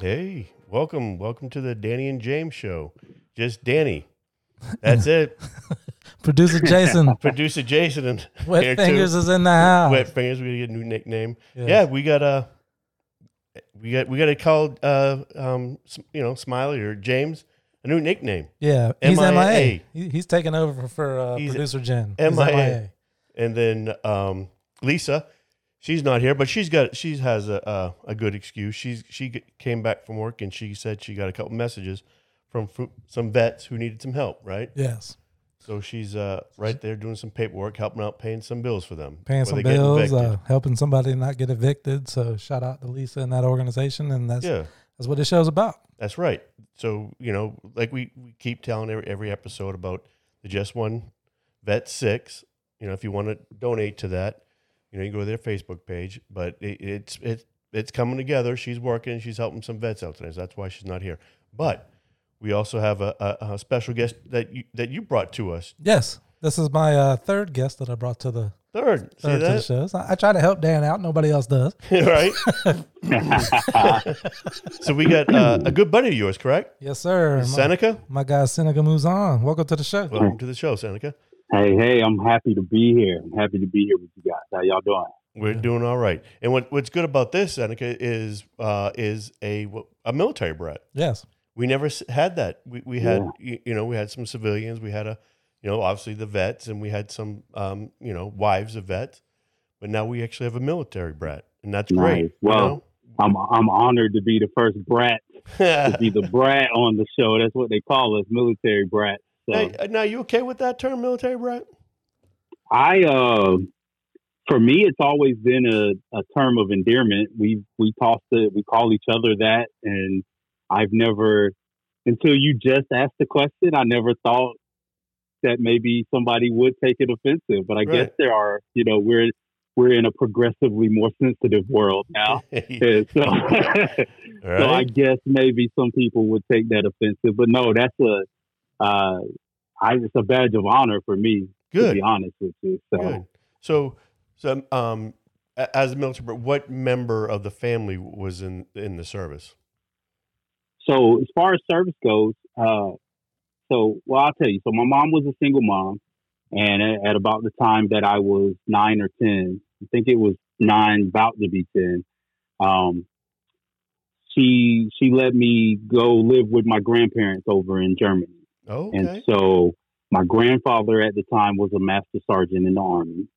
Hey, welcome, welcome to the Danny and James show. Just Danny. That's it. Producer Jason, Producer Jason and here Wet too. Fingers is in the house. Wet Fingers. We gotta get a new nickname. Yes. Yeah, we got uh we got we got to call uh um S- you know Smiley or James a new nickname. yeah, he's MIA. MIA. He, he's taking over for, for uh, He's producer Jen. He's MIA. And then um Lisa, she's not here, but she's got she has a uh, a good excuse. She's she g- came back from work and she said she got a couple messages from fr- some vets who needed some help. Right. Yes, So she's uh, right there doing some paperwork, helping out, paying some bills for them. paying where some they get bills, evicted. uh, helping somebody not get evicted. So shout out to Lisa and that organization, and that's yeah, that's what the show's about. that's right. So you know, like we, we keep telling every every episode about the Just One Vet Six. You know, if you want to donate to that, you know, you go to their Facebook page. But it, it's it's it's coming together. She's working. She's helping some vets out today. So that's why she's not here. But we also have a, a, a special guest that you that you brought to us. Yes, this is my uh, third guest that I brought to the Third, see third to the that shows. I, I try to help Dan out. Nobody else does. right? so we got uh, a good buddy of yours, correct? Yes, sir. My, Seneca, my guy Seneca moves on. Welcome to the show. welcome to the show, Seneca. Hey, hey, I'm happy to be here. I'm happy to be here with you guys. How y'all doing? We're Yeah. doing all right. And what, what's good about this, Seneca, is uh, is a a military brat. Yes, We never s- had that. We we had Yeah. you, you know we had some civilians. We had a you know obviously the vets, and we had some um, you know wives of vets. But now we actually have a military brat, and that's great. Nice. you Well, know? I'm Mm-hmm. I'm honored to be the first brat to be the brat on the show. That's what they call us, military brat. So Hey, uh, now you okay with that term, military brat? I uh for me it's always been a, a term of endearment. We we toss it we call each other that and I've never until you just asked the question, I never thought that maybe somebody would take it offensive. But I guess Right. there are, you know, we're we're in a progressively more sensitive world now. And so All So I right. guess maybe some people would take that offensive, but no, that's a, uh, I, it's a badge of honor for me to good. be honest with you. So Good. So, so um, a- as a military, but what member of the family was in in the service? so as far as service goes, uh, so well, I'll tell you. So my mom was a single mom, and at, at about the time that I was nine or ten, I think it was nine, about to be ten. Um, she she let me go live with my grandparents over in Germany. Oh, And okay. so my grandfather at the time was a master sergeant in the army,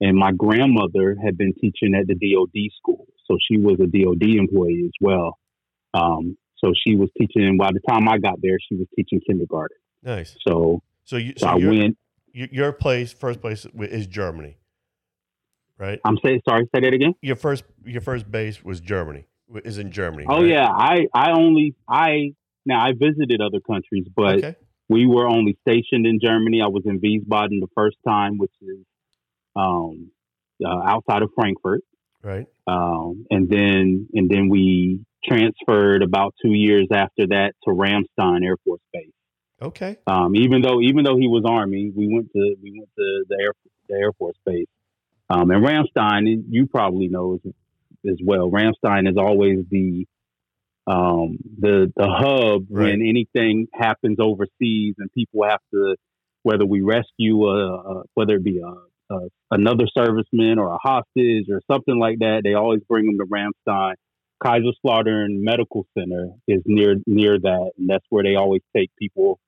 and my grandmother had been teaching at the DoD school, so she was a DoD employee as well. Um, so she was teaching. By the time I got there, she was teaching kindergarten. Nice. So, So you, so so I your, went. your your place, first place wi- is Germany, right? I'm saying sorry. Say that again. Your first your first base was Germany. wi- Is in Germany. Oh right? yeah, I I only I now I visited other countries, but Okay. we were only stationed in Germany. I was in Wiesbaden the first time, which is um, uh, outside of Frankfurt. Right. um, and then and then we transferred about two years after that to Ramstein Air Force Base. Okay. Um, even though even though he was Army, we went to we went to the Air the Air Force Base. Um, and Ramstein, you probably know as, as well. Ramstein is always the um, the the hub Right. when anything happens overseas and people have to whether we rescue a, a whether it be a, a another serviceman or a hostage or something like that. They always bring them to Ramstein. Kaiserslautern Medical Center is near near that, and that's where they always take people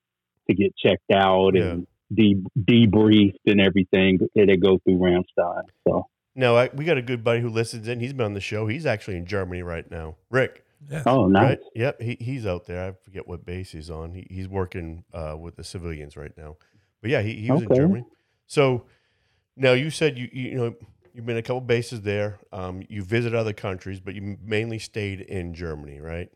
to get checked out and de- debriefed and everything. They they go through Ramstein. So, Now I, we got a good buddy who listens in. He's been on the show. He's actually in Germany right now. Rick. yes. oh, nice. Right. Yep. He, he's out there. I forget what base he's on. He, he's working uh, with the civilians right now. But yeah, he, he was in Okay. Germany. So now you said you you know you've been a couple bases there. Um, you visit other countries, but you mainly stayed in Germany, right?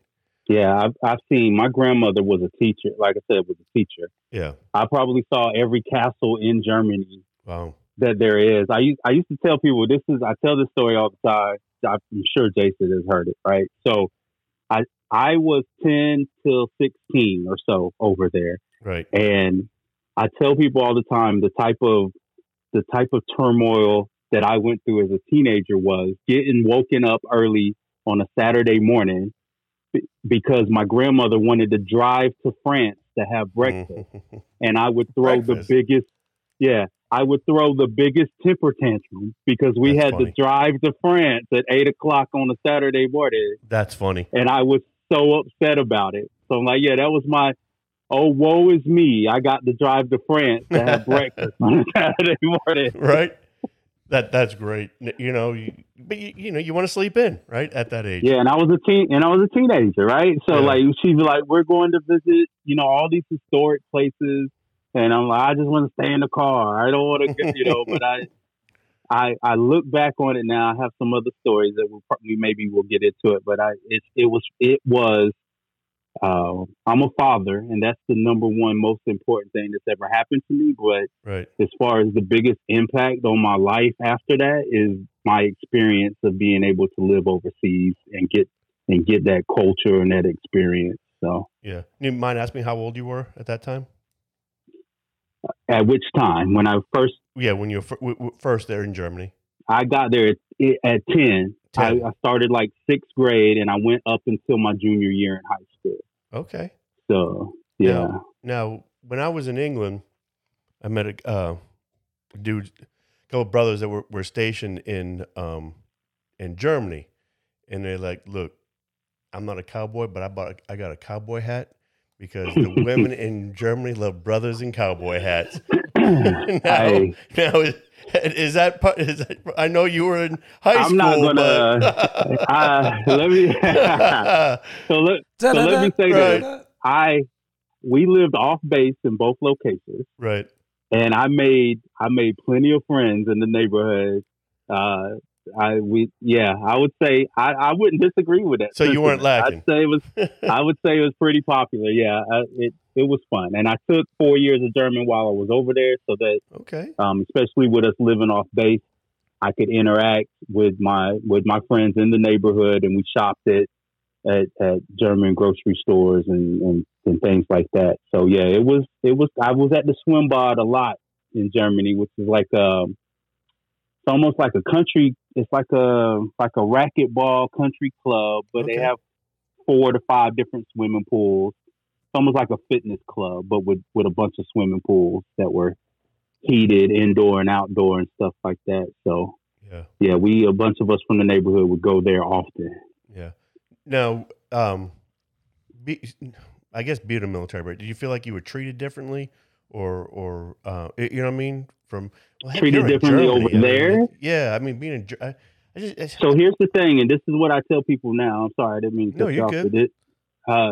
Yeah, I've, I've seen. My grandmother was a teacher. Like I said, was a teacher. Yeah. I probably saw every castle in Germany Wow. that there is. I used I used to tell people this is I tell this story all the time. I'm sure Jason has heard it, right? So I I was ten till sixteen or so over there, Right. and I tell people all the time the type of the type of turmoil that I went through as a teenager was getting woken up early on a Saturday morning b- because my grandmother wanted to drive to France to have breakfast, Mm-hmm. and I would throw Breakfast. the biggest, yeah, I would throw the biggest temper tantrum because we That's had funny. to drive to France at eight o'clock on a Saturday morning, That's funny. and I was so upset about it. So I'm like, yeah, that was my. Oh, woe is me! I got to drive to France to have breakfast on a Saturday morning. right? That that's great. N- You know, you, but you, you know, you want to sleep in, right? At that age, Yeah, and I was a teen, and I was a teenager, right? So Yeah. like, she'd be like, "We're going to visit, you know, all these historic places," and I'm like, "I just want to stay in the car. I don't want to, you know." But I, I, I look back on it now. I have some other stories that we'll probably maybe we'll get into it. But I, it, it was, it was. Uh, I'm a father, and that's the number one most important thing that's ever happened to me. But right. as far as the biggest impact on my life after that is my experience of being able to live overseas and get and get that culture and that experience. So Yeah. You mind asking how old you were at that time? at which time when I first Yeah, when you were fir- w- w- first there in Germany. I got there at, at 10, I, 10. I started like sixth grade and I went up until my junior year in high school. Okay. So yeah. Now, when I was in England, I met a uh, dude, a couple of brothers that were, were stationed in um, in Germany, and they're like, "Look, I'm not a cowboy, but I bought a, I got a cowboy hat because the women in Germany love brothers in cowboy hats." now, I- now is, is that part? Is that, I know you were in high I'm school. not gonna- But Uh, let me so let, so let me say Right. this. I we lived off base in both locations. right. and I made I made plenty of friends in the neighborhood. Uh, I we yeah, I would say I, I wouldn't disagree with that. So you weren't sentiment. I'd say it was I would say it was pretty popular. Yeah, I, it it was fun, and I took four years of German while I was over there, so that Okay. um, especially with us living off base, I could interact with my with my friends in the neighborhood, and we shopped at at, at German grocery stores and, and and things like that. So yeah, it was it was I was at the swim bod a lot in Germany, which is like um, it's almost like a country. It's like a like a racquetball country club, but Okay. they have four to five different swimming pools. It's almost like a fitness club, but with with a bunch of swimming pools that were heated indoor and outdoor and stuff like that. So Yeah. yeah, we a bunch of us from the neighborhood would go there often. Yeah. Now, um, be, I guess being a military, but do you feel like you were treated differently, or or uh, y- you know what I mean? From well, heck, Treated you're in differently over I mean, there? it's- yeah, I mean being in. Ger- I, I just, it's- So here's the thing, and this is what I tell people now. I'm sorry, I didn't mean to No, cut you you're off. good. but It, uh,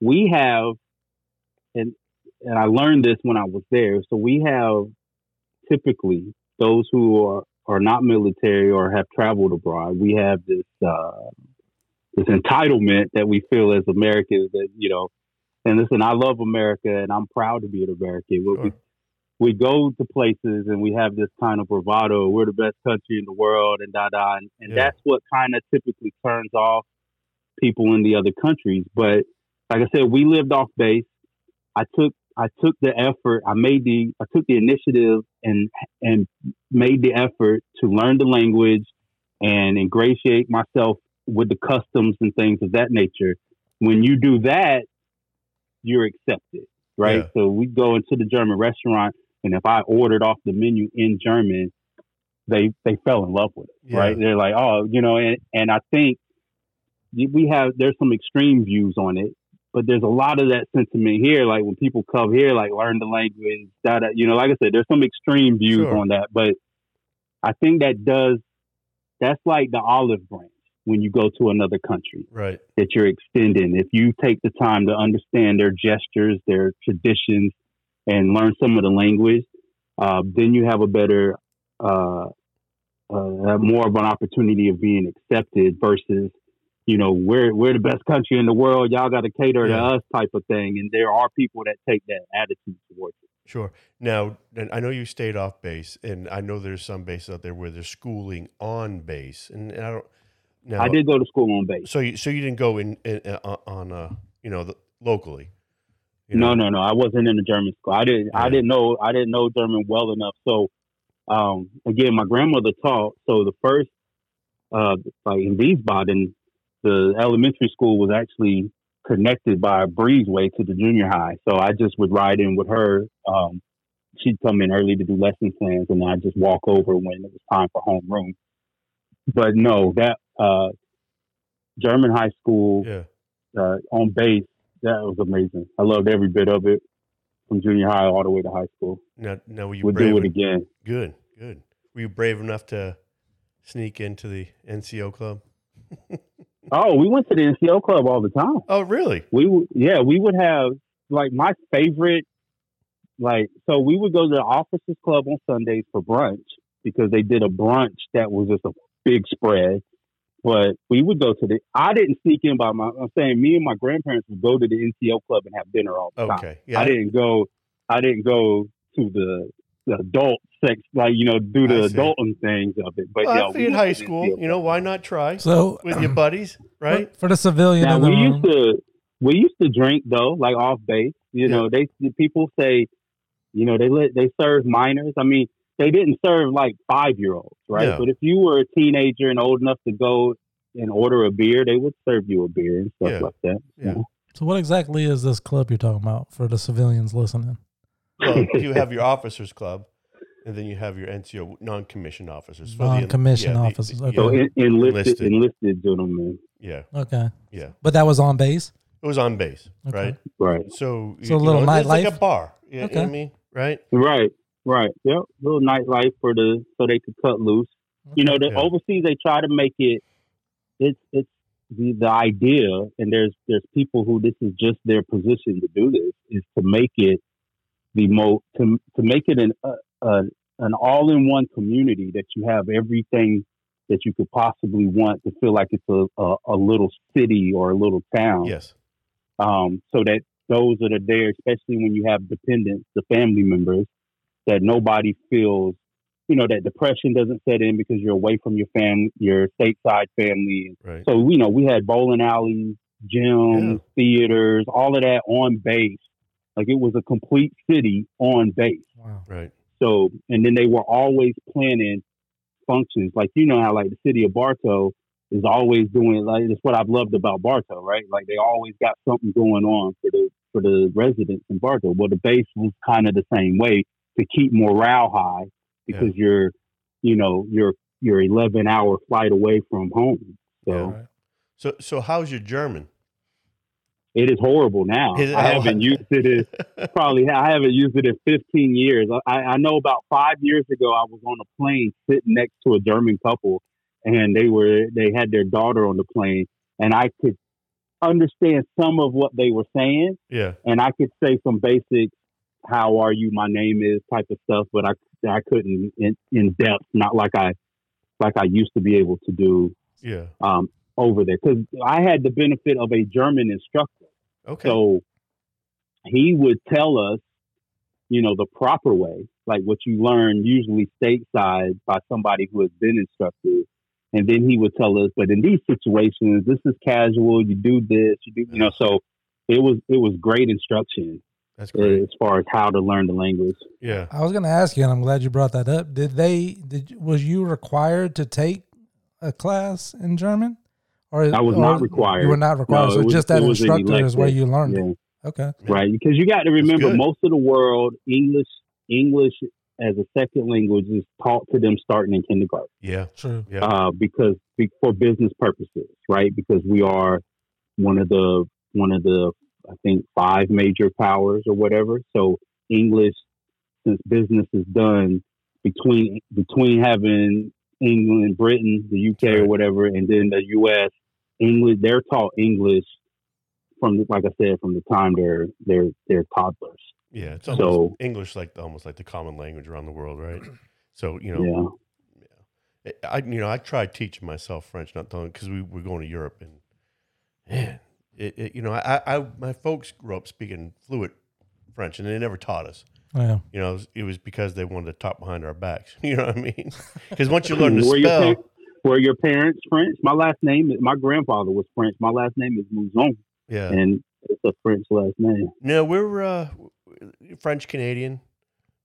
we have, and and I learned this when I was there. So we have typically those who are are not military or have traveled abroad. We have this uh, this entitlement that we feel as Americans that you know. And listen, I love America, and I'm proud to be an American. What we Sure. we go to places and we have this kind of bravado. We're the best country in the world, and da da, and, and Yeah. that's what kind of typically turns off people in the other countries. But like I said, we lived off base. I took I took the effort. I made the I took the initiative and and made the effort to learn the language and ingratiate myself with the customs and things of that nature. When you do that, you're accepted, right? Yeah. So we go into the German restaurant, and if I ordered off the menu in German, they they fell in love with it, Yeah. right? They're like, oh, you know, and and I think we have there's some extreme views on it, but there's a lot of that sentiment here. Like when people come here, like learn the language, da da. You know, like I said, there's some extreme views Sure. on that, but I think that does that's like the olive branch when you go to another country right. that you're extending. If you take the time to understand their gestures, their traditions, and learn some of the language, uh, then you have a better, uh, uh, more of an opportunity of being accepted versus, you know, we're we're the best country in the world. Y'all got to cater Yeah. to us type of thing. And there are people that take that attitude towards it. Sure. Now, and I know you stayed off base, and I know there's some bases out there where they're schooling on base, and, and I don't. Now, I did go to school on base. So you so you didn't go in, in uh, on uh you know the, locally. you No, know? no, no. I wasn't in a German school. I didn't. Yeah. I didn't know. I didn't know German well enough. So, um, again, my grandmother taught. So the first, uh, like in Wiesbaden, the elementary school was actually connected by a breezeway to the junior high. So I just would ride in with her. Um, she'd come in early to do lesson plans, and I'd just walk over when it was time for homeroom. But no, that uh, German high school Yeah. uh, on base, that was amazing. I loved every bit of it from junior high all the way to high school. Now, now were you We'll brave? do it en- again. Good, good. Were you brave enough to sneak into the NCO club? Oh, we went to the NCO club all the time. Oh, really? We would, yeah, we would have like my favorite, like so we would go to the officers club on Sundays for brunch because they did a brunch that was just a big spread. But we would go to the. I didn't sneak in by my. I'm saying me and my grandparents would go to the NCO club and have dinner all the time. Okay. Yeah. I didn't go. I didn't go to the, the adult sex, like you know, do the I see. adult and things of it. But Well, I yeah, we figured went high to school. NCO You know, why not try So with your buddies, right? For, for the civilian Now in the we room, used to we used to drink though, like off base. You know, they the people say, you know, they let they serve minors. I mean, they didn't serve like five year olds, right? No. But if you were a teenager and old enough to go and order a beer, they would serve you a beer and stuff Yeah. like that. Yeah. so what exactly is this club you're talking about for the civilians listening? Well, you have your officers club, and then you have your NCO non-commissioned officers. for the- Non-commissioned the- officers, okay. So yeah, en- enlisted, Enlisted. enlisted gentlemen, yeah, Okay, yeah. but that was on base. It was on base, Okay. right? right? So, So a little it's like nightlife? a bar. Yeah, you know what I Okay. mean, right? Right, right. Yep. Little nightlife for the so they could cut loose. You know, the Yeah. overseas they try to make it. It's it's the, the idea, and there's there's people who this is just their position to do this is to make it the mo to to make it an uh, uh, an all in one community that you have everything that you could possibly want to feel like it's a, a, a little city or a little town Yes. um, so that those that are there, especially when you have dependents, the family members, that nobody feels, you know, that depression doesn't set in because you're away from your family, your stateside family. Right. So, you know, we had bowling alleys, gyms, theaters, all of that on base. Like it was a complete city on base. Wow. Right. So, and then they were always planning functions. Like, you know how, like, the city of Bartow is always doing, like, it's what I've loved about Bartow, right? Like, they always got something going on for the, for the residents in Bartow. Well, the base was kind of the same way to keep morale high because you're, you know, you're, you're 11 hour flight away from home. So Yeah. So, so how's your German? it is horrible now. Is oh, it- I haven't used it in probably I haven't used it in 15 years. I, I know about five years ago I was on a plane sitting next to a German couple, and they were they had their daughter on the plane, and I could understand some of what they were saying, yeah. and I could say some basic "How are you? My name is" type of stuff, but I I couldn't in, in depth, not like I like I used to be able to do Yeah. um, over there because I had the benefit of a German instructor. Okay. So he would tell us, you know, the proper way, like what you learn usually stateside by somebody who has been instructed. And then he would tell us, but in these situations, this is casual. You do this, you do, you know. So it was it was great instruction That's uh, great. as far as how to learn the language. Yeah. I was going to ask you, and I'm glad you brought that up. Did they? Did you- was you required to take a class in German? Or I was or not required. You were not required. No, so it was- just that it was an instructor is where elective. you learned Yeah, it. Okay. Yeah. right. Because you got to remember, good. most of the world English English as a second language is taught to them starting in kindergarten. Yeah. True. Yeah. uh, because be, for business purposes, right? Because we are one of the one of the I think five major powers or whatever. So English, since business is done between between having England, Britain, the UK or Right. whatever, and then the US, English they're taught English from like I said from the time they're they're they're toddlers. Yeah, it's So- almost English like almost like the common language around the world, right? So you know, eh, yeah. I you know I tried teaching myself French, not telling because we were going to Europe and man, it, it, you know I, I my folks grew up speaking fluent French and they never taught us. Yeah. You know, it was, it was because they wanted to talk behind our backs. You know what I mean? Because once you learn to Were your spell, par- were your parents French? My last name is my grandfather was French. My last name is Mouzon. yeah. and it's a French last name. No, we're uh, French Canadian.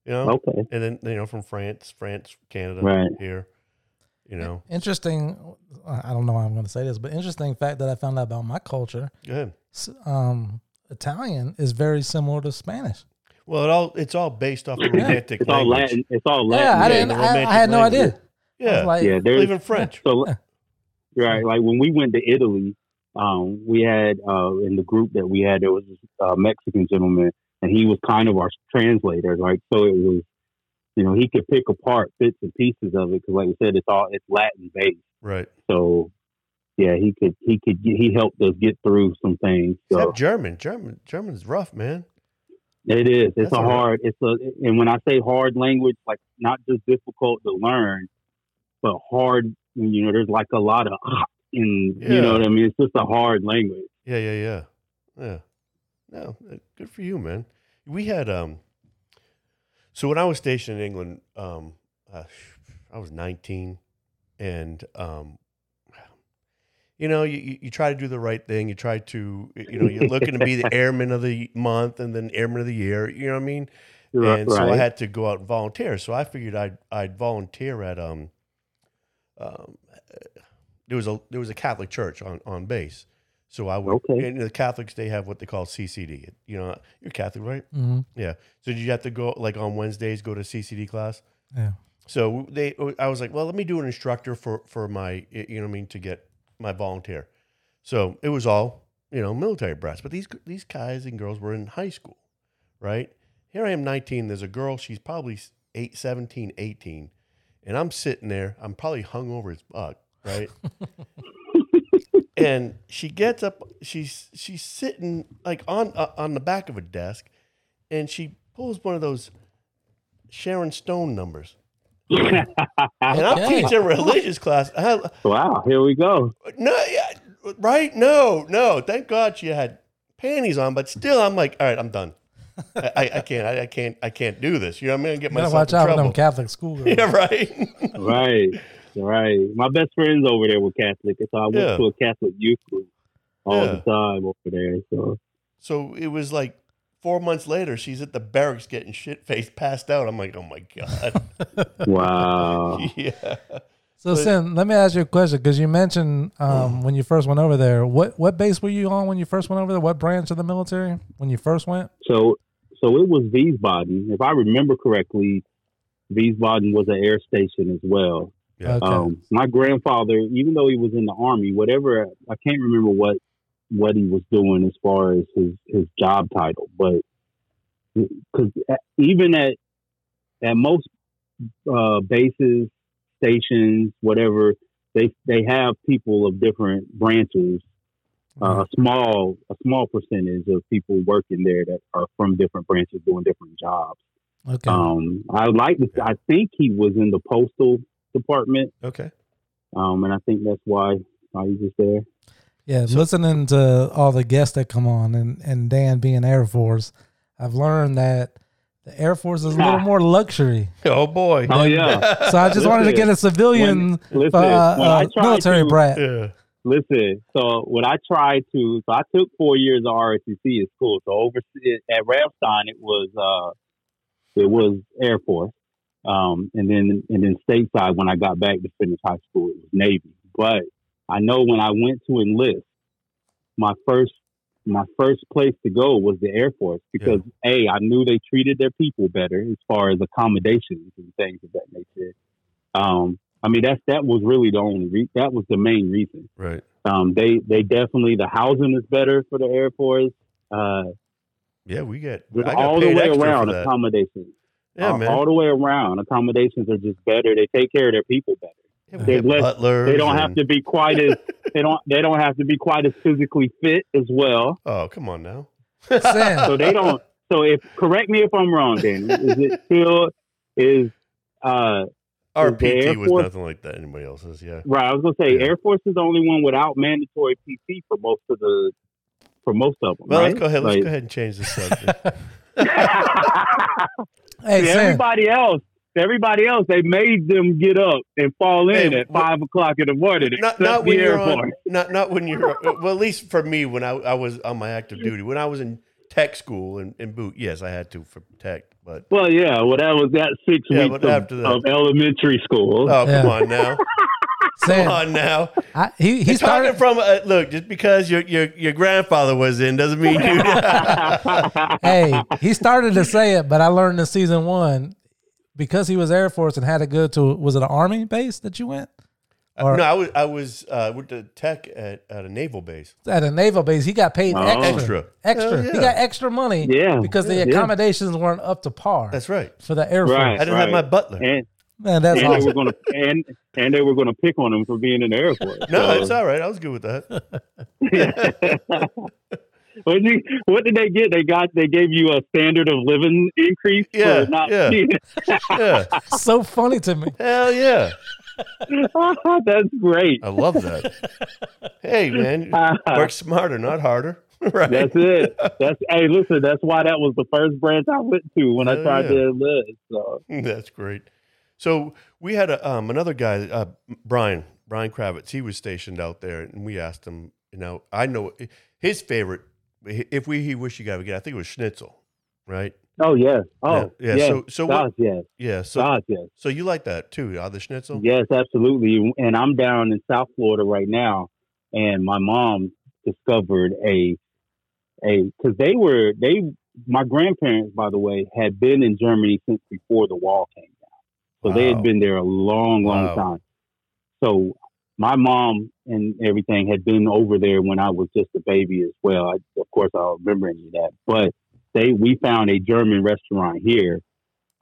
You know, Okay, and then you know from France, France, Canada, Right. here. You know, Interesting. I don't know why I'm going to say this, but interesting fact that I found out about my culture. go ahead. s- Um, Italian is very similar to Spanish. Well, it all it's all based off the romantic It's all language. Latin. It's all Latin. yeah, I yeah, didn't. the I, I romantic had no language. idea. I Yeah, was like, yeah, there's even French. So, right, like when we went to Italy, um, we had uh, in the group that we had there was this uh, Mexican gentleman, and he was kind of our translator. Like, so it was, you know, he could pick apart bits and pieces of it because, like I said, it's all it's Latin based. Right. So, yeah, he could he could get, he helped us get through some things. So Except German. German. German's rough, man. it is. It's That's a all right. hard. It's a and when I say hard language, like not just difficult to learn, but hard. You know, there's like a lot of "ah" in. You Yeah. know what I mean? It's just a hard language. Yeah, yeah, yeah, yeah. No, uh, good for you, man. We had um. So when I was stationed in England, um, uh, I was nineteen, and um, you know, you- you, you try to do the right thing. You try to, you know, you're looking to be the airman of the month and then airman of the year. You know what I mean? and so I had to go out and volunteer. So I figured I'd I'd volunteer at um, um there was a there was a Catholic church on on base. So I would Okay. and the Catholics they have what they call CCD. You know, you're Catholic, right? Mhm. So you have to go like on Wednesdays go to CCD class. Yeah. So they I was like, well, let me do an instructor for for my you know what I mean to get my volunteer. So it was all you know military brats, but these these guys and girls were in high school, right? Here I am 19, there's a girl, she's probably 8 17, 18, and I'm sitting there, I'm probably hungover as fuck, right? and she gets up she's she's sitting like on uh, on the back of a desk and she pulls one of those Sharon Stone numbers. And I'm Okay. teaching religious class. I, wow, here we go. no, yeah, right? No, no. Thank God she had panties on, but still, I'm like, all right, I'm done. I, I, I can't, I, I can't, I can't do this. You know, I'm gonna get Better myself watch in out for them trouble. Catholic schoolgirls. Yeah, right. Right, right. My best friends over there were Catholic, and so I went Yeah. to a Catholic youth group all Yeah. the time over there. So so it was like four months later, she's at the barracks getting shit faced, passed out. I'm like, oh my god. wow, yeah. So, But- Mm. Sim, let me ask you a question because you mentioned um, when you first went over there. What what base were you on when you first went over there? What branch of the military when you first went? So, so it was Wiesbaden. If I remember correctly, Wiesbaden was an air station as well. Yeah. Okay. Um, my grandfather, even though he was in the army, whatever I can't remember what what he was doing as far as his his job title, but because e, even at at most uh, bases, stations, whatever they they have people of different branches Mm-hmm. uh, a small a small percentage of people working there that are from different branches doing different jobs. okay. Um, I like to, I think he was in the postal department, Okay. um, and I think that's why why he was there. Yeah, So- listening to all the guests that come on and, and Dan being Air Force, I've learned that the Air Force is a little more luxury. Oh boy. Oh yeah, So I just wanted to get a civilian listen. uh, when I uh, tried military to, brat. yeah. Listen, so when I tried to, so I took four years of ROTC at school. So over at Ramstein, it was uh, it was Air Force, um, and then and then stateside when I got back to finish high school, it was Navy. But I know when I went to enlist, my first my first place to go was the Air Force because a I knew they treated their people better as far as accommodations and things of that nature. Um, I mean that's that was really the only re- that was the main reason. Right. Um, they they definitely the housing is better for the Air Force. Uh, Yeah, we get with I got all the paid way extra for around that. accommodations. Yeah, all, man. all the way around accommodations are just better. They take care of their people better. Yeah, we they get let- butlers They don't have and- to be quite as they don't they don't have to be quite as physically fit as well. Oh, come on now. Sam, So they don't. So if correct me if I'm wrong, Danny. Is it still is uh Our Is the Air PT was Force- nothing like that. Anybody else's? Yeah. right? I was gonna say Yeah. Air Force is the only one without mandatory PT for most of the for most of them. Well, right? let's go ahead. Let's Like- go ahead and change the subject. hey To Sam, everybody else, to everybody else, they made them get up and fall in Hey, at wh- five o'clock in the morning. not, except not the when you're airport. on. Not not when you're. Well, at least for me, when I, I was on my active duty, when I was in tech school and in boot, yes, I had to for tech. But Well, yeah, well, that was that six Yeah, weeks but of, after that- of elementary school. oh, come Yeah. on now. Come saying on now. I, he he He's talking started from uh, look. Just because your your your grandfather was in doesn't mean you. hey, he started to say it, but I learned in season one because he was Air Force and had to go to was it an Army base that you went Or- no, I was I was uh, with the tech at, at a naval base. at a naval base? He got paid Oh. extra, Extra. extra. Hell yeah. He got extra money Yeah. because the accommodations weren't up to par That's right. for the Air Force. I Right. didn't have my butler. and, Man, that's and they were awesome. gonna and and they were gonna pick on him for being in the Air Force. no, So- it's all right. I was good with that. What did, you, what did they get? They got they gave you a standard of living increase Yeah, for not yeah. Yeah, so funny to me. hell yeah. That's great. I love that. hey man, work smarter, not harder. right. That's it. That's hey, listen. That's why that was the first branch I went to when I Hell tried Oh, yeah. to enlist. So That's great. So we had a, um, another guy, uh, Brian Brian Kravitz. He was stationed out there, and we asked him. You know, I know his favorite. If we he wish you got again, I think it was schnitzel, right? oh yeah, oh yeah. yeah. yeah, yes. So so what, Gosh, yes, yeah. So Gosh, yes, so you like that too? Uh, the schnitzel. yes, absolutely. And I'm down in South Florida right now, and my mom discovered a a because they were they my grandparents by the way had been in Germany since before the wall came. So they Wow. had been there a long, long Wow. time. So my mom and everything had been over there when I was just a baby as well. I, of course, I'll remember any of that. But they we found a German restaurant here,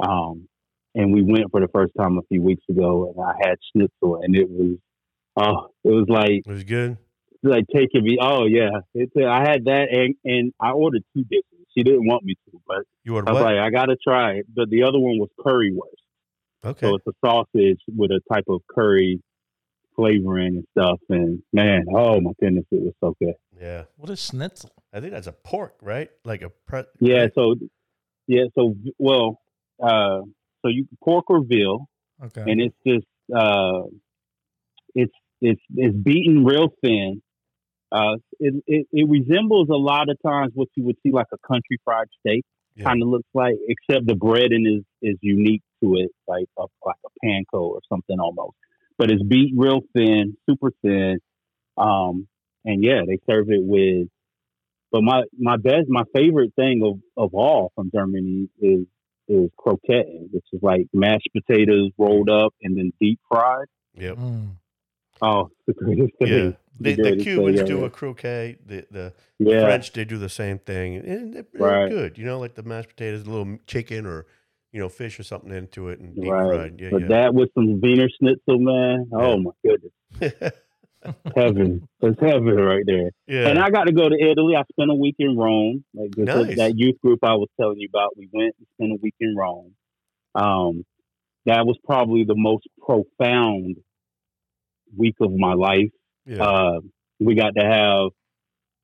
um, and we went for the first time a few weeks ago, and I had schnitzel, and it was, oh, it was like It was good. like taking me. Oh yeah, it's, I had that, and and I ordered two dishes. She didn't want me to, but You I ordered was what? like, I gotta try it. But the other one was currywurst. okay. So it's a sausage with a type of curry flavoring and stuff. And man, oh my goodness, it was so good. Yeah. What a schnitzel. I think that's a pork, right? Like a pre. Yeah. So, yeah. So, well, uh, so you pork or veal, Okay. and it's just uh, it's it's it's beaten real thin. Uh, it, it it resembles a lot of times what you would see like a country fried steak. Yeah. Kind of looks like, except the breading is is unique to it, like a, like a panko or something almost. But it's beat real thin, super thin, um, and yeah, they serve it with. But my my best, my favorite thing of of all from Germany is is croquette, which is like mashed potatoes rolled up and then deep fried. Yep. Mm. Oh, it's the greatest thing. Yeah. The, Yeah, the it's Cubans like, do uh, a croquet. The the Yeah, French they do the same thing, and they're really Right. good. You know, like the mashed potatoes, a little chicken or you know fish or something into it and deep right. fried. Yeah, but yeah. that with some Wiener Schnitzel, man. Yeah. Oh my goodness, heaven! it's heaven right there. yeah. And I got to go to Italy. I spent a week in Rome. Like this- Nice. that youth group I was telling you about, we went and spent a week in Rome. Um, that was probably the most profound week of my life. yeah. Uh, we got to have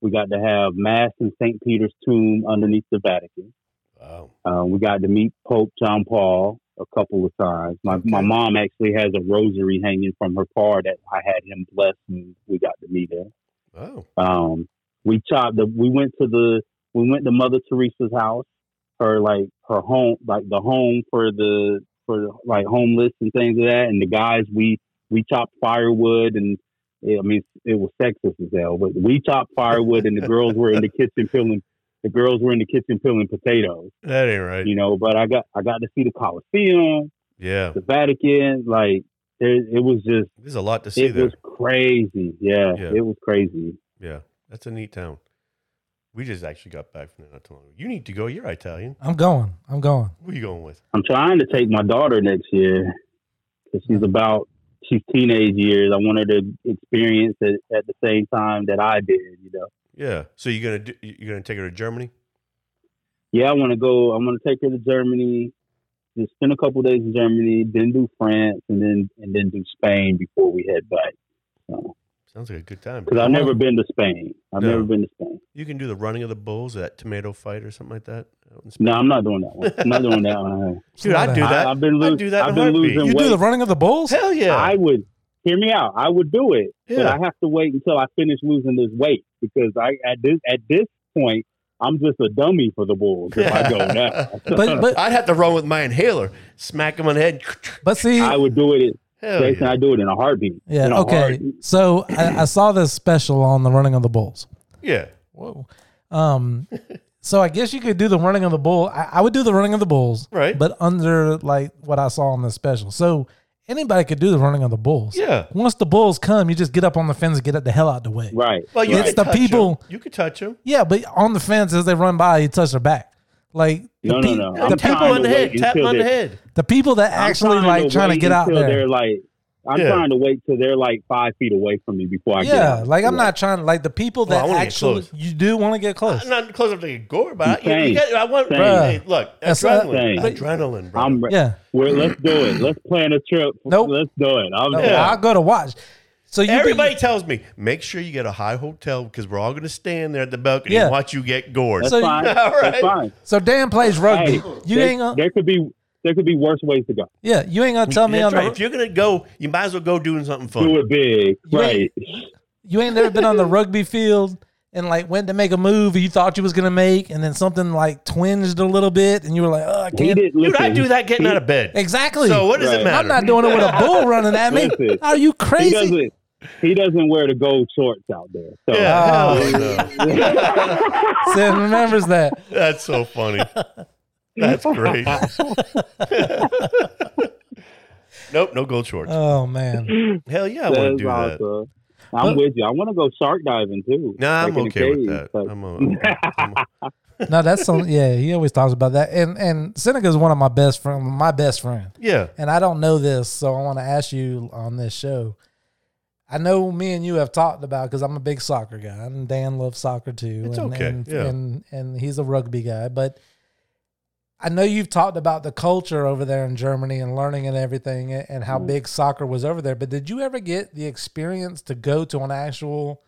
we got to have mass in St. Peter's tomb underneath the Vatican. wow. Uh, we got to meet Pope John Paul a couple of times. My my Okay. mom actually has a rosary hanging from her car that I had him bless, and we got to meet him. Wow. Um, we chopped. The, we went to the we went to Mother Teresa's house, her like her home, like the home for the for like homeless and things like that. And the guys we we chopped firewood and. I mean, it was sexist as hell, but we chopped firewood and the girls were in the kitchen peeling. The girls were in the kitchen peeling potatoes That ain't right. you know. But I got I got to see the Coliseum, yeah. the Vatican. Like there, it was just There's a lot to see it there. was crazy. Yeah, Yeah. it was crazy. Yeah. That's a neat town. We just actually got back from there not too long ago. You need to go. You're Italian. I'm going. I'm going. Who are you going with? I'm trying to take my daughter next year because she's about she's teenage years. I want her to experience it at the same time that I did. You know. Yeah. So you're gonna do, you're gonna take her to Germany? Yeah, I want to go. I want to take her to Germany. Just spend a couple days in Germany, then do France, and then and then do Spain before we head back. Sounds like a good time. Because I've never been to Spain. I've No. never been to Spain. You can do the running of the bulls, that tomato fight or something like that. out in Spain. No, I'm not doing that one. I'm not doing that one. Dude, I'd do that. I, I've been, I'd lo- do that in I've a been heartbeat. losing You weight. do the running of the bulls? Hell yeah. I would. Hear me out. I would do it, but Yeah. I have to wait until I finish losing this weight because I at this at this point I'm just a dummy for the Bulls if I go now. But but I'd have to run with my inhaler, smack him on the head. but see I would do it. Hell Jason, yeah. I do it in a heartbeat. Yeah. In a okay. heartbeat. So I, I saw this special on the running of the bulls. Yeah. Whoa. Um. so I guess you could do the running of the bull. I, I would do the running of the bulls, Right. but under like what I saw on the special. So anybody could do the running of the bulls. Yeah. Once the bulls come, you just get up on the fence and get the hell out the way. Right. Well, you It's could the touch 'em. people- You could touch them. Yeah, but on the fence as they run by, you touch their back. Like the No, no, pe- no. The I'm The people people, trying on the to head. wait Tap 'em until on the they- head. the people that I'm actually trying like trying to wait get out until there. They're like, I'm Yeah. trying to wait till they're like five feet away from me before I get yeah, out. like I'm not trying. Like the people Well, I that wanna get actually close. you do want to get close. I'm not close enough to get gore, but I, you, you Same. get, I want. Same. Hey, look, That's adrenaline. not- adrenaline, bro. I'm. Re- yeah, Well, let's do it. Let's plan a trip. Nope. Let's do it. I'm No, Yeah. I'll go to watch. So you Everybody Be, tells me, make sure you get a high hotel because we're all going to stand there at the balcony Yeah. and watch you get gored. That's So- fine. All right. That's fine. so Dan plays rugby. Hey, you there, ain't gonna. there could be there could be worse ways to go. Yeah, you ain't gonna tell me That's on right. the, If you're going to go, you might as well go doing something fun. Do it big, You right? ain't- you ain't never been on the rugby field and like went to make a move you thought you was gonna make, and then something like twinged a little bit, and you were like, oh, I He can't. did. Dude, Listen, I do that getting he- out of bed. Exactly. So what does it Right. matter? I'm not doing it with a bull running at me. Listen, Are you He crazy? doesn't. He doesn't wear the gold shorts out there. So Yeah, Oh. hell no. Sin remembers that. That's so funny. That's great. nope, no gold shorts. Oh man. Hell yeah, I that's want to do that. Uh, awesome. I'm But- with you. I want to go shark diving too. Nah, I'm Like in a okay with cave, that. like- I'm a, I'm a- I'm a- No, that's some, yeah. He always talks about that, and and Seneca is one of my best friend, my best friend. yeah, and I don't know this, so I want to ask you on this show. I know me and you have talked about because I'm a big soccer guy, and Dan loves soccer too. It's and, okay, and, yeah. and and he's a rugby guy, but I know you've talked about the culture over there in Germany and learning and everything, and and how Mm. Mhm. big soccer was over there. But did you ever get the experience to go to an actual,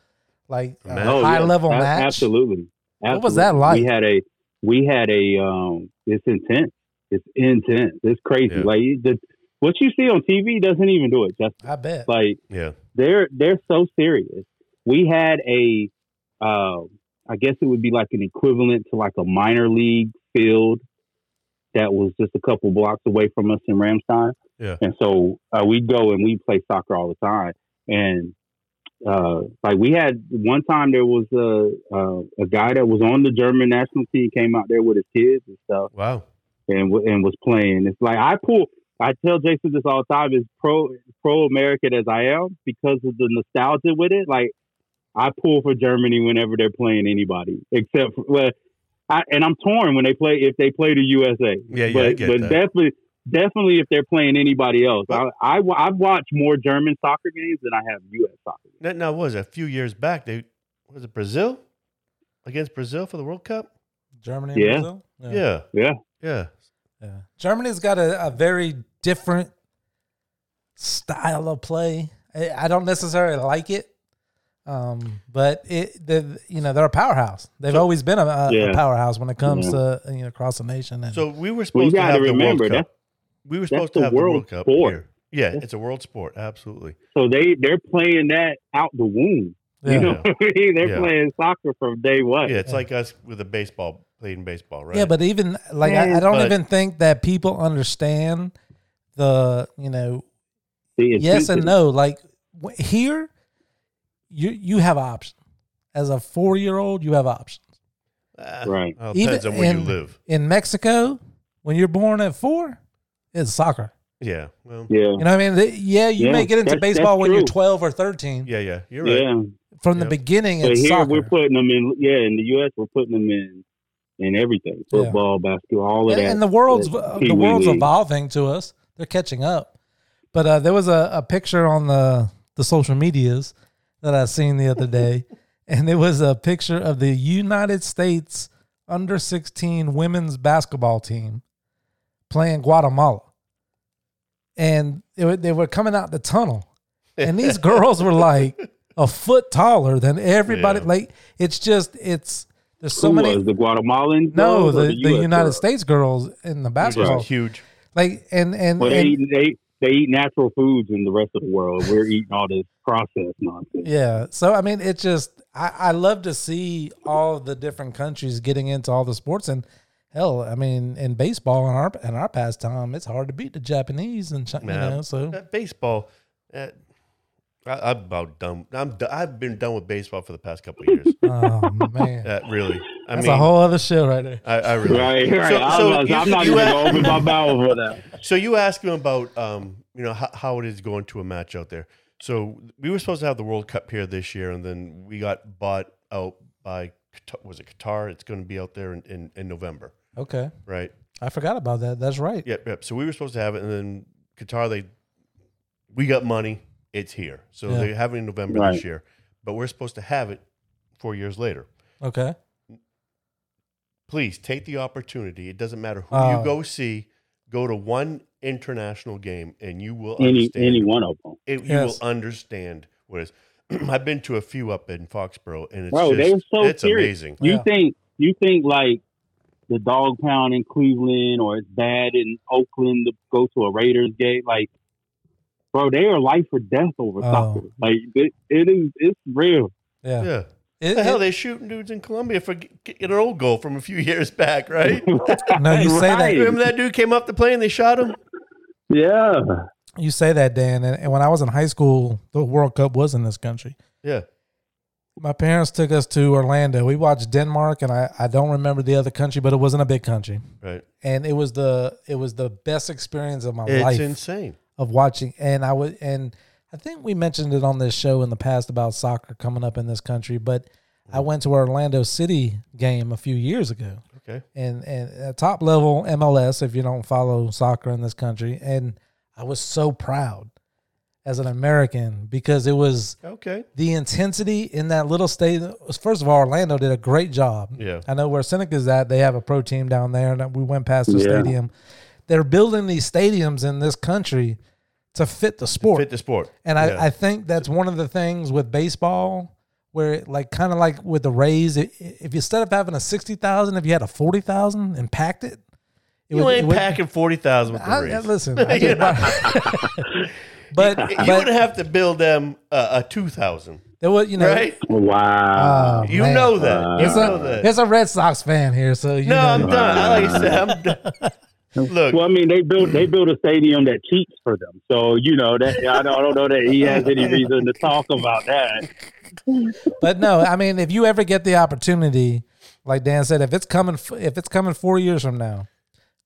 like Match. uh, Oh, high yeah. level A- match? Absolutely. What was Absolutely. that like? We had a we had a um it's intense. It's intense. It's crazy. Yeah. Like you just what you see on TV doesn't even do it justice. I bet. Like yeah. they're they're so serious. We had a uh I guess it would be like an equivalent to like a minor league field that was just a couple blocks away from us in Ramstein. Yeah. And so uh, we'd go and we'd play soccer all the time. And uh, like we had one time there was a uh, a guy that was on the German national team came out there with his kids and stuff Wow. and w- and was playing. It's like I pull. I tell Jason this all the time. As pro pro American as I am, because of the nostalgia with it, like I pull for Germany whenever they're playing anybody, except for, well, I, and I'm torn when they play if they play the USA. Yeah, yeah, but I get but that. definitely definitely if they're playing anybody else, I, I wa- I've watched more German soccer games than I have U.S. soccer. games. That now was a few years back. They was it Brazil against Brazil for the World Cup? Germany, and Yeah. Brazil? Yeah, Yeah. yeah. Yeah. Germany's got a, a very different style of play. I, I don't necessarily like it. Um, but it, the you know, they're a powerhouse. They've So- always been a, a, a Yeah. powerhouse when it comes to you know across the nation. And So we were Well, you supposed to got have to remember the World that. Cup. We were that's supposed to the have the world World Cup sport. here. Yeah, That's- it's a world sport. Absolutely. So they they're playing that out the womb. Yeah. You know, what I mean? they're Yeah. playing soccer from day one. Yeah, it's Yeah. like us with a baseball playing baseball, right? yeah, but even like I, I don't But- even think that people understand the you know The yes and intensity. no. Like w- here, you you have options. As a four year old, you have options. Ah, Right. well, Even- depends on where you and- live. in Mexico, when you're born at four, it's soccer. Yeah. Well. Yeah. You know what I mean? The- yeah, you Yeah, may get into that's- baseball that's when you're true. 12 or 13. Yeah. Yeah. You're right. Yeah. From Yep. the beginning, But it's here soccer. we're putting them in. Yeah, in the U.S. we're putting them in in everything: football, basketball, all of and, that. and the world's that uh, Pee the Wee world's League. evolving to us. They're catching up. But uh, there was a, a picture on the the social medias that I seen the other day, and it was a picture of the United States under sixteen women's basketball team playing Guatemala, and they were, they were coming out the tunnel, and these girls were like a foot taller than everybody. Yeah. Like it's just it's there's so Who many was the Guatemalan? no, girls or the, the US United girls? States girls in the Huge, basketball, Huge. like and and, Well, they and- eat, they they eat natural foods in the rest of the world. We're eating all this processed nonsense. yeah. So I mean, it just I, I love to see all the different countries getting into all the sports and hell, I mean, in baseball in our in our pastime, it's hard to beat the Japanese and China. Nah. You know, so Uh, baseball. Uh, I, I'm about done. I'm. do- I've been done with baseball for the past couple of years. oh man, uh, really. I that's mean, a whole other show right there. I, I really. Right, right. So- I so was, you- I'm not you even have- gonna open my mouth for that. So you asked him about, um, you know, how, how it is going to a match out there. So we were supposed to have the World Cup here this year, and then we got bought out by Qata- was it Qatar? It's going to be out there in, in, in November, Okay, right? I forgot about that. That's right. Yep, yep. So we were supposed to have it, and then Qatar they we got money. It's here, so Yeah. they have it in November Right. this year. But we're supposed to have it four years later. Okay, please take the opportunity. It doesn't matter who Oh. Uh, you go see. Go to one international game, and you will Any understand. any one of them, it- you Yes. will understand what it is. I've been to a few up in Foxborough, and it's bro. just they were so it's serious. amazing. You Yeah. think you think like the dog pound in Cleveland or it's bad in Oakland to go to a Raiders game? Like, bro, they are life or death over Oh. soccer. Like, it, it is it's real. yeah. Yeah, It- the hell it- they shooting dudes in Colombia for g- getting an old goal from a few years back, right? no, you say that. Right. Remember that dude came up the plane, they shot him. Yeah, You say that, Dan. And, and when I was in high school, the World Cup was in this country. Yeah, My parents took us to Orlando. We watched Denmark, and I, I don't remember the other country, but it wasn't a big country. right. And it was the it was the best experience of my It's life insane. of watching. And I would and I think we mentioned it on this show in the past about soccer coming up in this country. But I went to an Orlando City game a few years ago, Okay, and and a top level MLS if you don't follow soccer in this country. And I was so proud as an American because it was okay. the intensity in that little state. First of all, Orlando did a great job. Yeah. I know where Seneca's at. They have a pro team down there, and we went past the Yeah. stadium. They're building these stadiums in this country to fit the sport, Fit the sport, and I, Yeah. I think that's one of the things with baseball, where it, like kind of like with the Rays, i- i- if instead of having a sixty thousand, if you had a forty thousand and packed it, it you would- it ain't would- packing forty thousand with the I- Rays. listen, I just- but you but would have to build them uh, a two thousand, there was you know. right? wow. Oh, You man. know that. Uh, you It's know a, that. it's a Red Sox fan here, so you no, know. I'm done. I like I said, I'm done. Look, well, I mean, they built they built a stadium that cheats for them. So you know that I don't, I don't know that he has any reason to talk about that. But no, I mean, if you ever get the opportunity, like Dan said, if it's coming, f- if it's coming four years from now,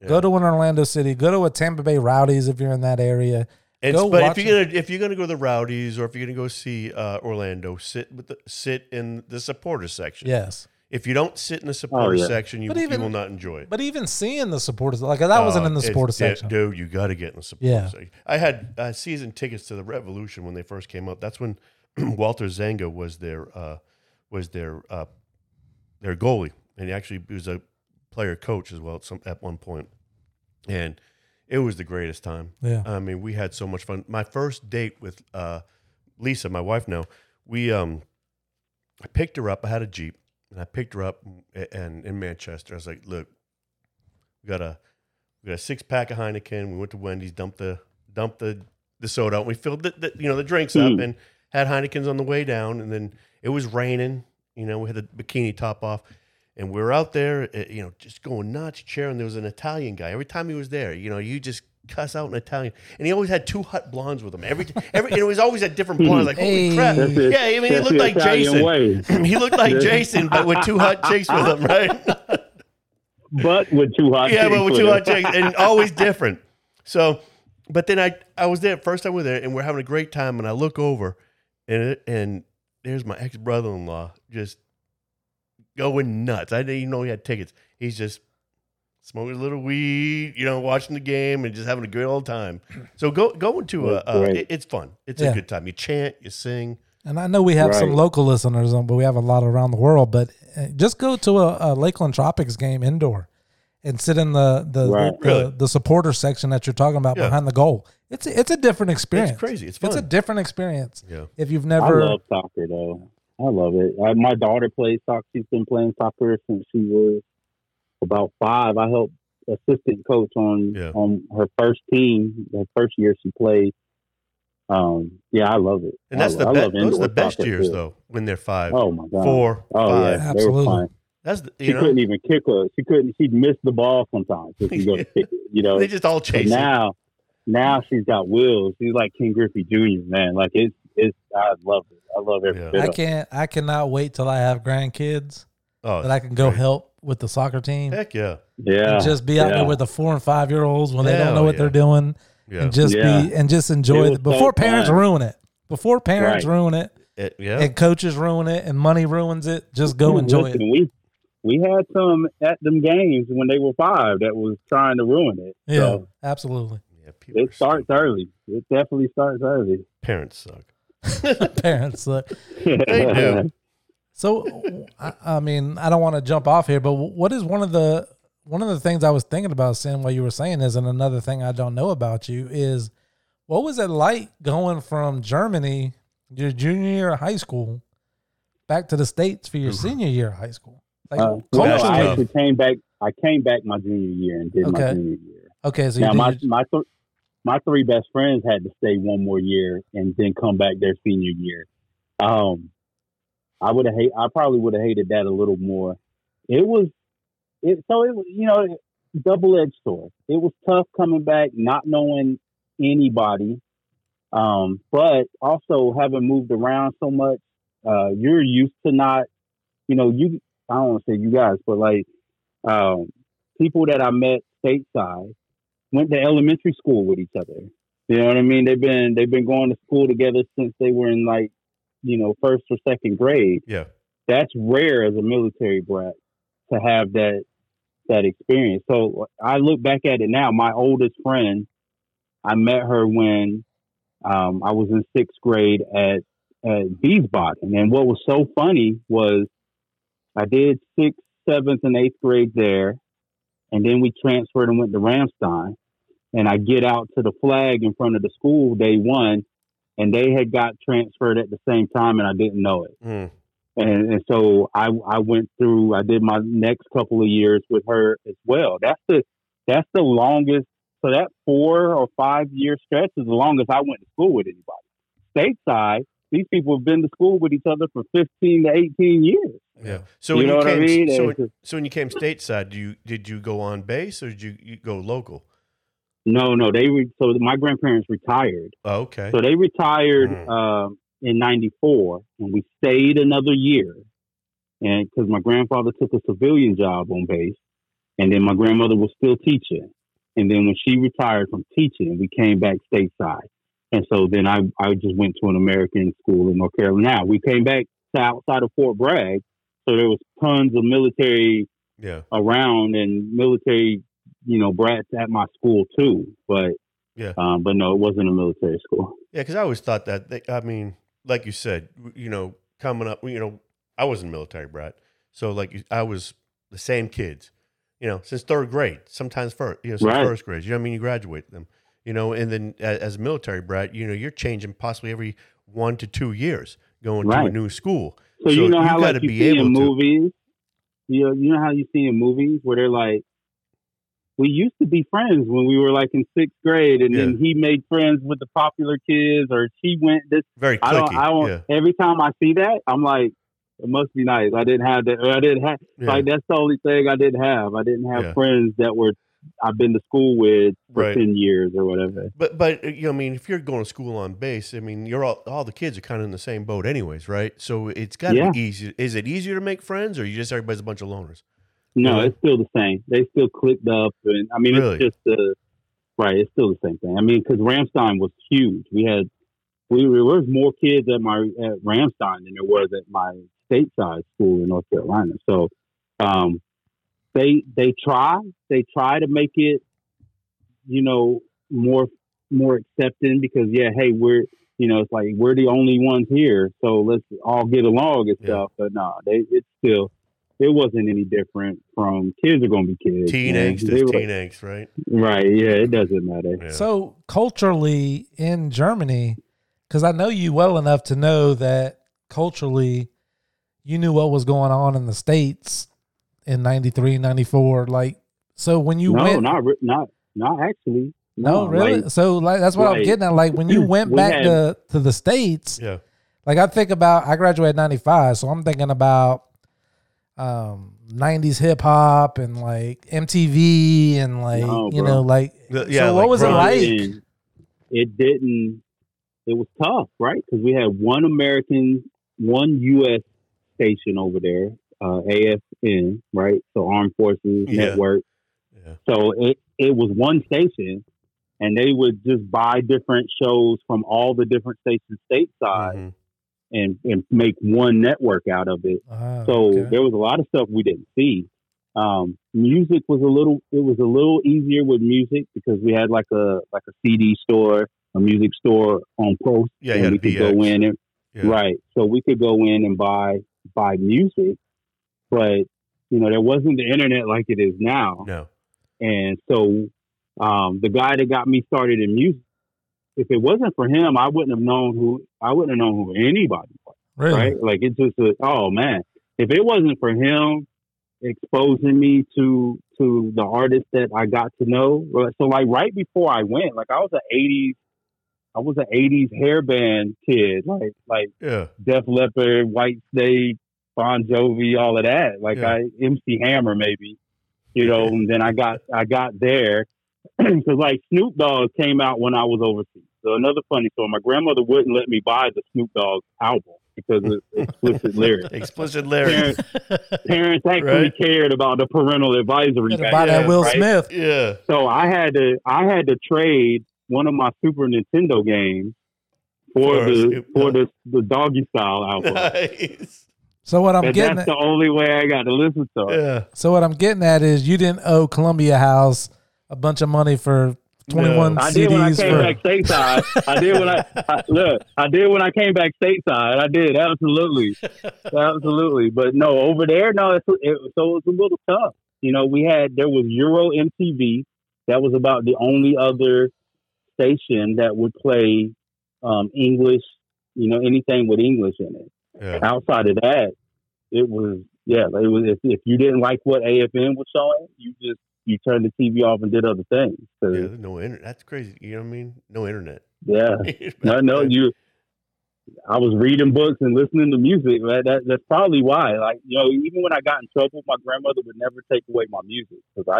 go to an Orlando City, go to a Tampa Bay Rowdies if you're in that area. it's, go but watch if you're gonna if you're gonna go to the Rowdies or if you're gonna go see uh, Orlando, sit with the, sit in the supporter section. Yes, If you don't sit in the supporter yeah. section, you, Oh, But even- you will not enjoy it. but even seeing the supporters, like I wasn't Uh, in the it's- supporter yeah, section. dude. You got to get in the supporter Yeah. section. I had uh, season tickets to the Revolution when they first came out. That's when Walter Zanga was their uh, was their uh, their goalie, and he actually was a player coach as well at some at one point. And it was the greatest time. Yeah. I mean, we had so much fun. My first date with uh, Lisa, my wife now, we um, I picked her up. I had a Jeep, and I picked her up and, and in Manchester. I was like, "Look, we got a we got a six pack of Heineken. We went to Wendy's, dumped the dumped the the soda, out. we filled the, the you know the drinks up, Mm. and had Heinekens on the way down. And then it was raining. You know, we had the bikini top off, and we were out there, uh, you know, just going nuts, cheering. There was an Italian guy. Every time he was there, you know, you just cuss out an Italian, and he always had two hot blondes with him. Every every, and it was always a different blonde. Like holy Hey. crap! That's it. Yeah, I mean, he That's looked the like Italian Jason. way. He looked like Jason, but with two hot chicks with him, right? but with two hot yeah, chicks but with with two it. hot chicks and always different. So, but then I I was there first time we were there and we're having a great time and I look over and it, and there's my ex brother in law just going nuts. I didn't even know he had tickets. He's just smoking a little weed, you know, watching the game and just having a good old time. So go going to a, That's a great. it- it's fun. It's Yeah. a good time. You chant, you sing. And I know we have some Right. local listeners, um, but we have a lot around the world. But uh, just go to a, a Lakeland Tropics game indoor and sit in the the, Right. the, Really? the supporter section that you're talking about Yeah. behind the goal. It's a, it's a different experience. crazy. It's It's a fun. different experience. Yeah. If you've I never, love soccer though. I love it. I, my daughter plays soccer. She's been playing soccer since she was about five. I helped assistant coach on Yeah. on her first team. The first year she played. Um, yeah, I love it. And that's I, the I best. love Those are the indoor best soccer, years too. though when they're five, Oh my god. four, Oh five. yeah, Absolutely. They were fine. That's the, She you know couldn't even kick her. She couldn't. She'd miss the ball sometimes if you go to kick it. You know, they just all But chase. it. now, now she's got wheels. She's like King Griffey Jr. Man, like it's it's. I love it. I love every Yeah. bit I of it. can't. I cannot wait till I have grandkids Oh, that I can go great. help with the soccer team. heck yeah, Yeah, and just be out yeah. there with the four and five year olds when they don't Hell know what yeah. they're doing, yeah, and just Yeah. be and just It enjoy was it before so parents fun. ruin it. Before parents Right. ruin it, It- yeah. and coaches ruin it, and money ruins it. Just go enjoy Listen, it. We we had some at them games when they were five that was trying to ruin it. Yeah, So absolutely. yeah people it are starts stupid. early. It definitely starts early. Parents suck. parents look. They do. So, I, I mean, I don't want to jump off here, but what is one of the one of the things I was thinking about saying while you were saying this, and another thing I don't know about you is what was it like going from Germany your junior year of high school back to the states for your Oof. senior year of high school? Like Mm-hmm. Uh, well, That's I tough. culturally, actually came back. I came back my junior year and did Okay. my junior year. okay. So you Now did my your- my th- my three best friends had to stay one more year and then come back their senior year. Um, I would have hate. I probably would have hated that a little more. It was it. So it was- you know double edged sword. It was tough coming back, not knowing anybody, um, but also having moved around so much. Uh, you're used to not, you know, you. I don't want to say you guys, but like um, people that I met stateside went to elementary school with each other. You know what I mean? They've been they've been going to school together since they were in like, you know, first or second grade. Yeah. That's rare as a military brat to have that that experience. So I look back at it now. My oldest friend, I met her when um, I was in sixth grade at at Beesbottom. And what was so funny was I did sixth, seventh, and eighth grade there, and then we transferred and went to Ramstein. And I get out to the flag in front of the school day one, and they had got transferred at the same time, and I didn't know it. Mm. And, and so I I went through. I did my next couple of years with her as well. That's the that's the longest. So that four or five year stretch is the longest I went to school with anybody. Stateside, these people have been to school with each other for fifteen to eighteen years. Yeah. So you when know you what came, I mean? so, And when- it's just- so when you came stateside, do you did you go on base or did you, you go local? no, no, they re- so my grandparents retired. Oh, okay. So they retired Mm. um, in '94, and we stayed another year, and because my grandfather took a civilian job on base, and then my grandmother was still teaching, and then when she retired from teaching, we came back stateside, and so then I I just went to an American school in North Carolina. Now we came back to outside of Fort Bragg, so there was tons of military Yeah. around and military, you know, brats at my school too. But Yeah. um, but no, it wasn't a military school. Yeah, because I always thought that. They, I mean, like you said, w- you know, coming up, you know, I was a military brat, so like you, I was the same kids, you know, since third grade, sometimes first, you know, since Right. first grade. You know, what I mean, you graduate them, you know, and then as, as a military brat, you know, you're changing possibly every one to two years going to a Right. new school. So, you So know you how gotta like you be see able in to- movies, you know, you know how you see in movies where they're like, we used to be friends when we were like in sixth grade, and then he made friends with the popular kids, or she went this. Very clicky. I don't. I don't. yeah. Every time I see that, I'm like. It must be nice. I didn't have that. Or I didn't have yeah. like that's the only thing I didn't have. I didn't have Yeah. friends that were I've been to school with for Right. ten years or whatever. But but uh, you know, I mean, if you're going to school on base, I mean, you're all all the kids are kind of in the same boat, anyways, right? So it's got to Yeah. be easy. Is it easier to make friends, or you just everybody's a bunch of loners? No, Really? it's still the same. They still clicked up, and I mean, Really? it's just the right. It's still the same thing. I mean, because Ramstein was huge. We had we there was more kids at my at Ramstein than there was at my stateside school in North Carolina. So, um, they they try they try to make it, you know, more more accepting because yeah, hey, we're you know, it's like we're the only ones here, so let's all get along and Yeah. stuff. But no, they it's still it wasn't any different from kids are going to be kids. Teen man. angst They is were- teen angst, right? Right. Yeah. It doesn't matter. Yeah. So culturally in Germany, because I know you well enough to know that culturally you knew what was going on in the States in 93, 94. Like, so when you no, went, not, re- not, not actually. no, really? like, so like, that's what I'm like, getting at. Like when you went we back had- to, to the States, yeah, like I think about, I graduated 95. So I'm thinking about, um, 90s hip hop and like MTV and like No, you bro. know like The- yeah, so like what was it Bronx. like? uh, And it didn't. It was tough, right? Because we had one American, one U.S. station over there, uh, AFN, right? So Armed Forces Yeah. Network. Yeah. So it it was one station, and they would just buy different shows from all the different stations stateside Mhm. and and make one network out of it. Ah, So okay. there was a lot of stuff we didn't see. Um, music was a little it was a little easier with music because we had like a like a CD store, a music store on post, Yeah, you and had we a could BX. go in and Yeah. right. So we could go in and buy buy music, but you know there wasn't the internet like it is now, No. and so um, the guy that got me started in music. If it wasn't for him, I wouldn't have known who I wouldn't have known who anybody was really? right? Like it's just a, oh man, if it wasn't for him exposing me to to the artists that I got to know, right? so like right before I went, like I was an '80s, I was an '80s hair band kid, like like Yeah. Def Leppard, White Snake, Bon Jovi, all of that. Like Yeah. I MC Hammer, maybe, you know. and then I got I got there because like Snoop Dogg came out when I was overseas. So another funny story: my grandmother wouldn't let me buy the Snoop Dogg album because of explicit lyrics. Explicit lyrics. Parents, parents actually Right. cared about the parental advisory. Gotta back buy that then, Will right? Smith. yeah. So I had to I had to trade one of my Super Nintendo games for For a the Snoop for Dogg. the the doggy style album. Nice. So what I'm And getting that's at, the only way I got to listen to it. Yeah. so what I'm getting at is you didn't owe Columbia House a bunch of money for 21 I did when I CDs came for back stateside. I did when I, I look. I did when I came back stateside. I did absolutely, absolutely. But no, over there, no. It's, it, so it was a little tough. You know, we had there was Euro MTV. That was about the only other station that would play um, English. You know, anything with English in it. Yeah. Outside of that, it was yeah. It was if, if you didn't like what AFN was showing, you just you turned the TV off and did other things. 'Cause, Yeah, no internet. That's crazy. You know what I mean? No internet. yeah. No, no, you. I was reading books and listening to music, man. That, that's probably why. Like, you know, even when I got in trouble, my grandmother would never take away my music because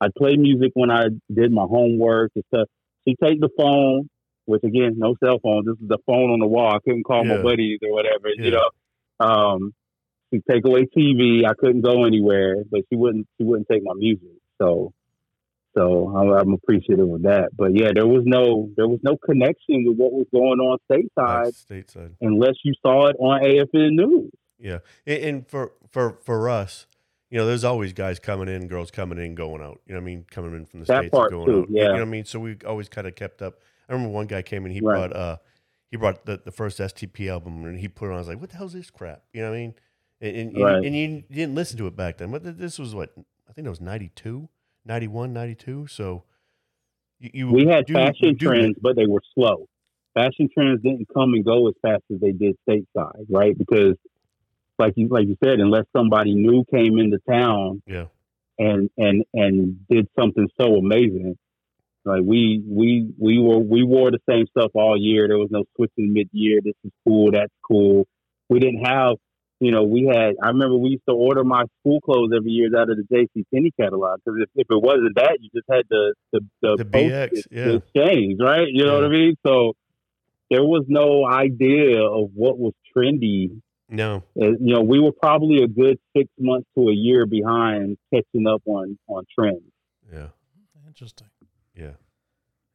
I I play music when I did my homework and stuff. She take the phone, which again, no cell phone. This is the phone on the wall. I couldn't call Yeah. my buddies or whatever, Yeah. you know. Um, she take away TV. I couldn't go anywhere, but she wouldn't. She wouldn't take my music. So, so I'm, I'm appreciative of that. But yeah, there was no there was no connection with what was going on stateside That's stateside. unless you saw it on AFN News. Yeah, and, and for for for us, you know, there's always guys coming in, girls coming in, going out. You know, what I mean, coming in from the That states, part and going too, out. You- You yeah. know, what I mean, so we always kind of kept up. I remember one guy came in, he Right. brought uh, he brought the, the first STP album, and he put it on. I was like, what the hell's this crap? You know, what I mean, and and, and- Right. and you didn't listen to it back then. But th- this was what I think it was 92, 91, 92. So you, you We had do- you fashion do trends, but they were slow. Fashion trends didn't come and go as fast as they did stateside, right? Because like you like you said, unless somebody new came into town Yeah. and and and did something so amazing. Like we we we were we wore the same stuff all year. There was no switching mid year. This is cool. That's cool. We didn't have you know we had. I remember we used to order my school clothes every year out of the J.C. Penney catalog because if, if it wasn't that, you just had the the the, The BX, postage, yeah. the exchange, right? You know what I mean? So there was no idea of what was trendy No. uh, you know, we were probably a good six months to a year behind catching up on on trends. Yeah. Interesting. Yeah.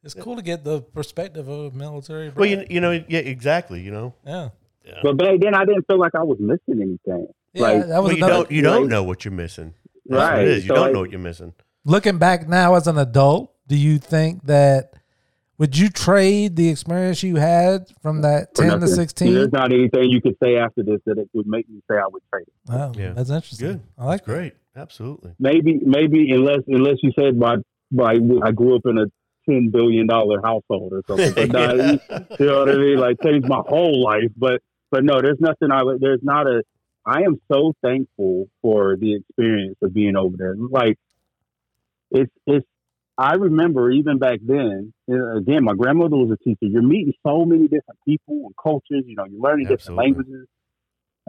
It's cool to get the perspective of a military. Well, brat. you, you know, yeah, exactly. You know, yeah, But back then, I didn't feel like I was missing anything. yeah. Like- that was well, you another. don't you don't like- know what you're missing. That's Right? what it is. You So, don't like, know what you're missing. Looking back now as an adult, do you think that would you trade the experience you had from that for ten to nothing. sixteen? There's not anything you could say after this that it would make me say I would trade. it. Wow, Yeah. that's interesting. Good. I like that. Great. Absolutely. Maybe, maybe unless unless you said my my I grew up in a ten billion dollar household or something. But nah, you- you know what I mean? Like changed my whole life. But but no, there's nothing I would there's not a I am so thankful for the experience of being over there. Like it's it's I remember even back then, uh, again, my grandmother was a teacher. You're meeting so many different people and cultures, you know, you're learning different Absolutely. languages.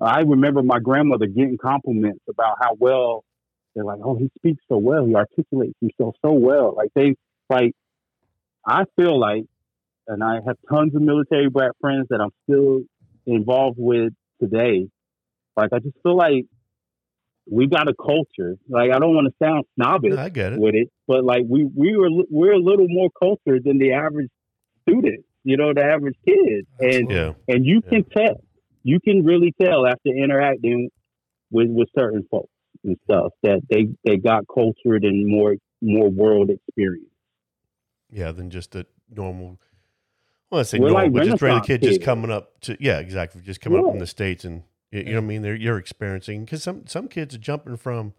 I remember my grandmother getting compliments about how well They're like, oh, he speaks so well. He articulates himself so well. Like they like. I feel like, and I have tons of military brat friends that I'm still involved with today. Like I just feel like we got a culture. Like I don't want to sound snobbish No, I get it. with it, but like we we were we're a little more cultured than the average student. You know, the average kid, and Absolutely. Yeah. and you can tell you can really tell after interacting with with certain folks and stuff that they they got cultured and more more world experience Yeah, than just a normal. Well, I say We're normal, like but just regular Renaissance kid just kids. coming up to yeah, exactly, just coming up Yeah. from the states and you, you know what I mean. They're you're experiencing because some some kids are jumping from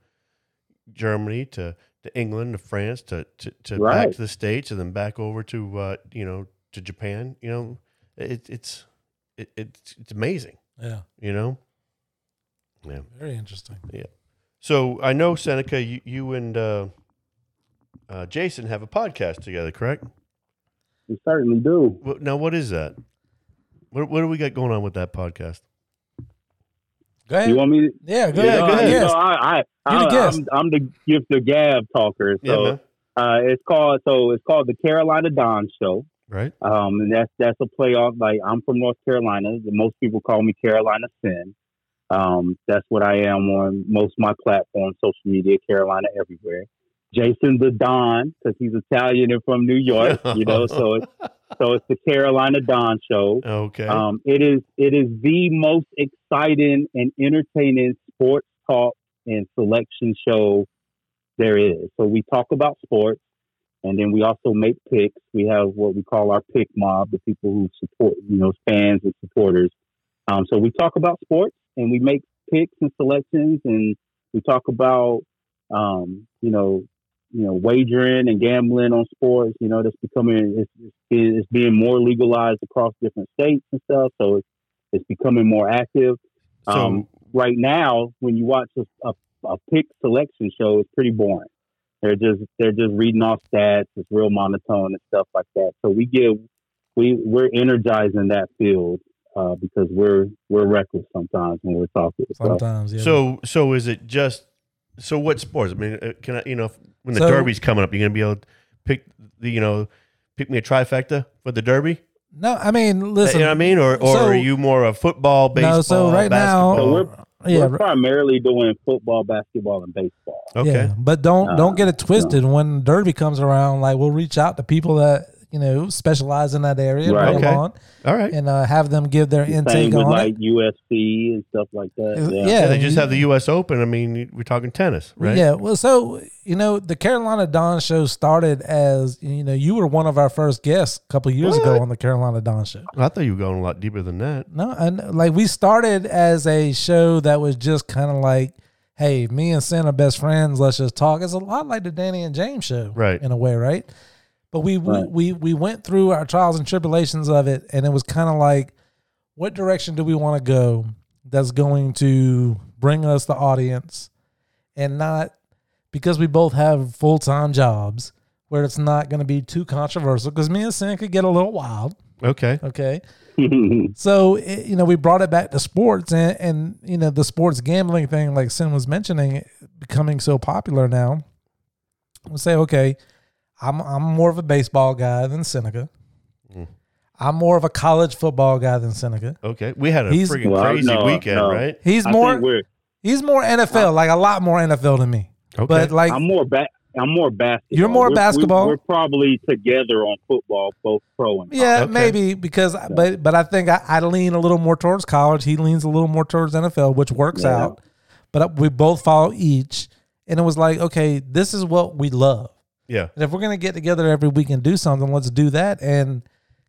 Germany to to England to France to to, to back Right. to the states and then back over to uh, you know to Japan. You know, it, it's it, it's it's amazing. Yeah. You know, yeah. Very interesting. So I know Seneca, you, you and uh, uh, Jason have a podcast together, correct? we certainly do Wh- Now, what is that? What what do we got going on with that podcast? Go ahead. you want me to yeah, go Yeah, ahead. go Go ahead. ahead. No, I, I, You're the I, guest. am I'm the gift of gab talker. Yeah, So man. uh, it's called so it's called the Carolina Don Show. Right. Um, and that's that's a playoff. Like I'm from North Carolina. Most people call me Carolina Sin. Um, that's what I am on most of my platforms, social media, Carolina everywhere. Jason the Don, because he's Italian and from New York, you know. So it's so it's the Carolina Don Show. Okay. Um, it is it is the most exciting and entertaining sports talk and selection show there is. So we talk about sports, and then we also make picks. We have what we call our pick mob, the people who support you know fans and supporters. Um, so we talk about sports, and we make picks and selections, and we talk about um, you know you know wagering and gambling on sports you know that's becoming it's, it's, it's being more legalized across different states and stuff so it's, it's becoming more active so um, right now when you watch a, a, a pick selection show it's pretty boring they're just they're just reading off stats it's real monotone and stuff like that so we give we we're energizing that field uh, because we're we're reckless sometimes when we're talking so, Sometimes, yeah. so so is it just so what sports? I mean, uh, can I you know if, when the So- derby's coming up, you're gonna be able to pick the you know pick me a trifecta for the derby. no, I mean, listen. you know what I mean? Or or so- are you more of football, baseball, no, so right basketball? now, So we're- yeah, we're primarily doing football basketball and baseball okay. Yeah, but don't Uh, don't get it twisted. When Derby comes around, like we'll reach out to people that you know specialize in that area, Right. bring 'em Okay. on, All right. and uh, have them give their Same intake with on like it. UFC and stuff like that. Yeah, Yeah. Yeah, they just have the U.S. Open. I mean, we're talking tennis, right? Yeah, well, so you know, the Carolina Don Show started as you know you were one of our first guests a couple years ago What? on the Carolina Don Show. I thought you were going a lot deeper than that. No, and like we started as a show that was just kind of like, hey, me and Sin are best friends. Let's just talk. It's a lot like the Danny and James show, Right. In a way, right? But we Right. we we went through our trials and tribulations of it, and it was kind of like, what direction do we want to go? That's going to bring us the audience, and not because we both have full time jobs where it's not going to be too controversial. Because me and Sin could get a little wild. Okay. Okay. So it, you know, we brought it back to sports, and, and you know, the sports gambling thing, like Sin was mentioning, becoming so popular now. We say, okay, I'm I'm more of a baseball guy than Seneca. Mm. I'm more of a college football guy than Seneca. Okay. We had a He's- freaking Well, crazy no, weekend, no. right? He's I more think we're, he's more NFL, like a lot more NFL than me. Okay. But like, I'm more ba- I'm more basketball. You're more We're- we- basketball? We're, probably together on football, both pro and yeah, okay. maybe because but but I think I, I lean a little more towards college. He leans a little more towards NFL, which works Yeah. out. But uh, we both follow each, and it was like, okay, this is what we love. yeah. And if we're gonna get together every week and do something, let's do that and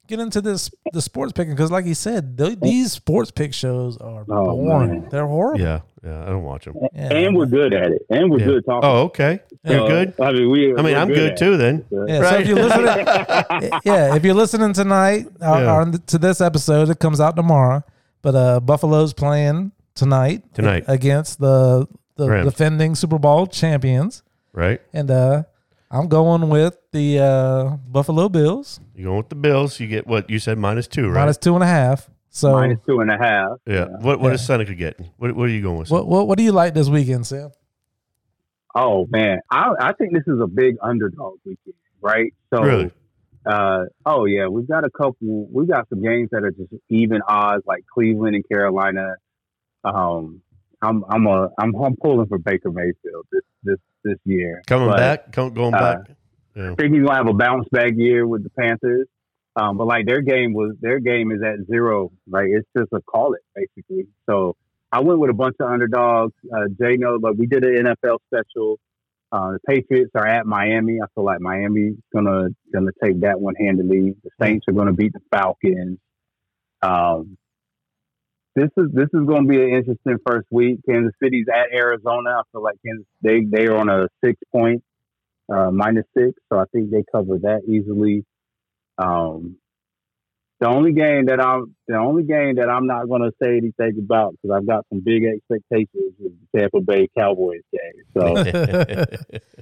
get into this the sports picking because, like he said, th- these sports pick shows are Oh, boring. man. They're horrible. Yeah. Yeah. I don't watch them. Yeah. and we're good at it, and we're Yeah. good talking. Oh, okay. You're So, good. I mean, we. I mean, we're I'm good, at too. Then. it. Yeah, so Right. if you're listening, yeah, if you're listening tonight or, Yeah. or to this episode, it comes out tomorrow. But uh, Buffalo's playing tonight, Tonight. against the the Rams. defending Super Bowl champions, Right. and uh, I'm going with the uh, Buffalo Bills You're going with the Bills. You get what you said minus two, right? minus two and a half. So Minus two and a half. yeah. What What is Seneca getting? What What are you going with? What, what what do you like this weekend, Sam? Oh man, I, I think this is a big underdog weekend, right? So, Really? uh, oh yeah, we've got a couple. We've got some games that are just even odds, like Cleveland and Carolina. Um, I'm I'm a I'm, I'm pulling for Baker Mayfield this this this year. Coming But- back, come, going uh, back. Yeah. think he's gonna have a bounce back year with the Panthers. Um, but like their game was their game is at zero. Like it's just a call it basically. So I went with a bunch of underdogs. Uh, Jay knows, but we did an NFL special. Uh, the Patriots are at Miami. I feel like Miami's gonna gonna take that one handily. The Saints are gonna beat the Falcons. Um, this is this is gonna be an interesting first week. Kansas City's at Arizona. I feel like Kansas they they are on a six point uh, minus six, so I think they cover that easily. Um, the only game that I'm the only game that I'm not going to say anything about because I've got some big expectations is the Tampa Bay Cowboys game. So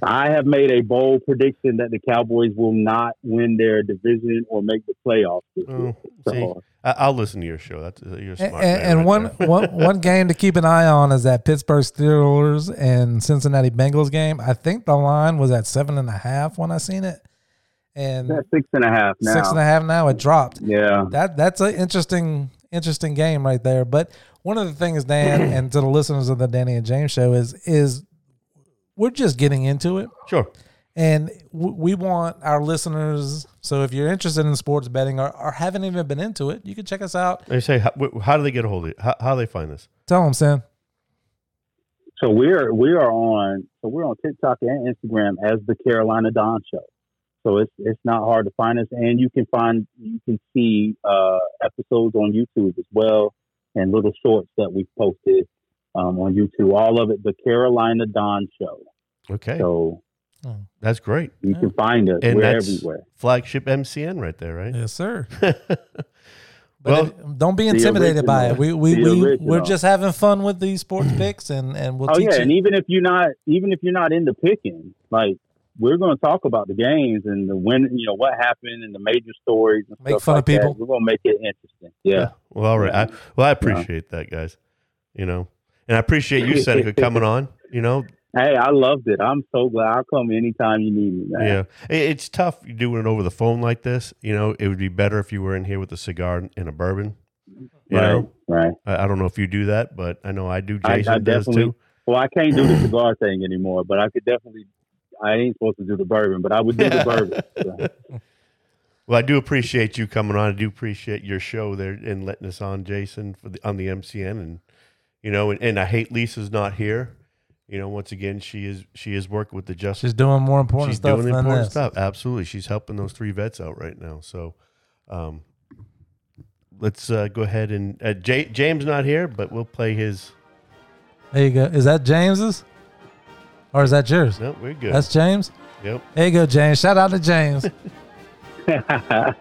I have made a bold prediction that the Cowboys will not win their division or make the playoffs. This year. Oh, see, So, I, I'll listen to your show. That's uh, you're a And, smart. man and, and right one, there. one, one game to keep an eye on is that Pittsburgh Steelers and Cincinnati Bengals game. I think the line was at seven and a half when I seen it, and that's six and a half now. six and a half now. It dropped. Yeah. That that's an interesting interesting game right there. But one of the things, Dan, and to the listeners of the Danny and James show is is we're just getting into it, sure. and w- we want our listeners. So if you're interested in sports betting or, or haven't even been into it, you can check us out. They say, how, wh- how do they get a hold of it? How, how do they find this? Tell them, Sam. So we're we are on so we're on TikTok and Instagram as the Carolina Don Show. So it's it's not hard to find us, and you can find you can see uh, episodes on YouTube as well, and little shorts that we've posted um, on YouTube. All of it, the Carolina Don Show. Okay, So that's great. you can find us. And we're that's- everywhere. Flagship MCN right there, right? Yes, sir. well, But it- don't be intimidated by it. We we, The we original. we're just having fun with these sports picks, and and we'll oh teach yeah, you. and even if you're not even if you're not into picking, like we're going to talk about the games and the when you know what happened and the major stories. And Make stuff fun like of people. That. We're going to make it interesting. Yeah. well, all right. I, well, I appreciate that, guys. You know, and I appreciate you, Seneca, coming on. You know, Hey, I loved it. I'm so glad. I'll come anytime you need me, man. yeah, It- it's tough doing it over the phone like this. You know, it would be better if you were in here with a cigar and a bourbon. You Right. know, Right. I, I don't know if you do that, but I know I do. I- I Jason does definitely- too. Well, I can't do the cigar thing anymore, but I could definitely. I ain't supposed to do the bourbon, but I would do the bourbon. So, Well, I do appreciate you coming on. I do appreciate your show there and letting us on, Jason, for the, on the MCN, and you know, and, and I hate Lisa's not here. You know, once again, she is she is working with the Justice. She's doing more important She's stuff doing than important this. stuff. Absolutely, she's helping those three vets out right now. So, um, let's uh, go ahead and uh, J- James not here, but we'll play his. There you go. Is that James's? Or is that yours? No, we're good. That's James. yep. There you go, James. Shout out to James.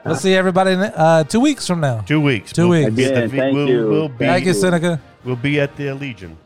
We'll see everybody in, uh, two weeks from now. Two weeks. Two We'll weeks. be at the Again, V- thank we'll, you. We'll be Thank you, Seneca. we'll be at the Legion.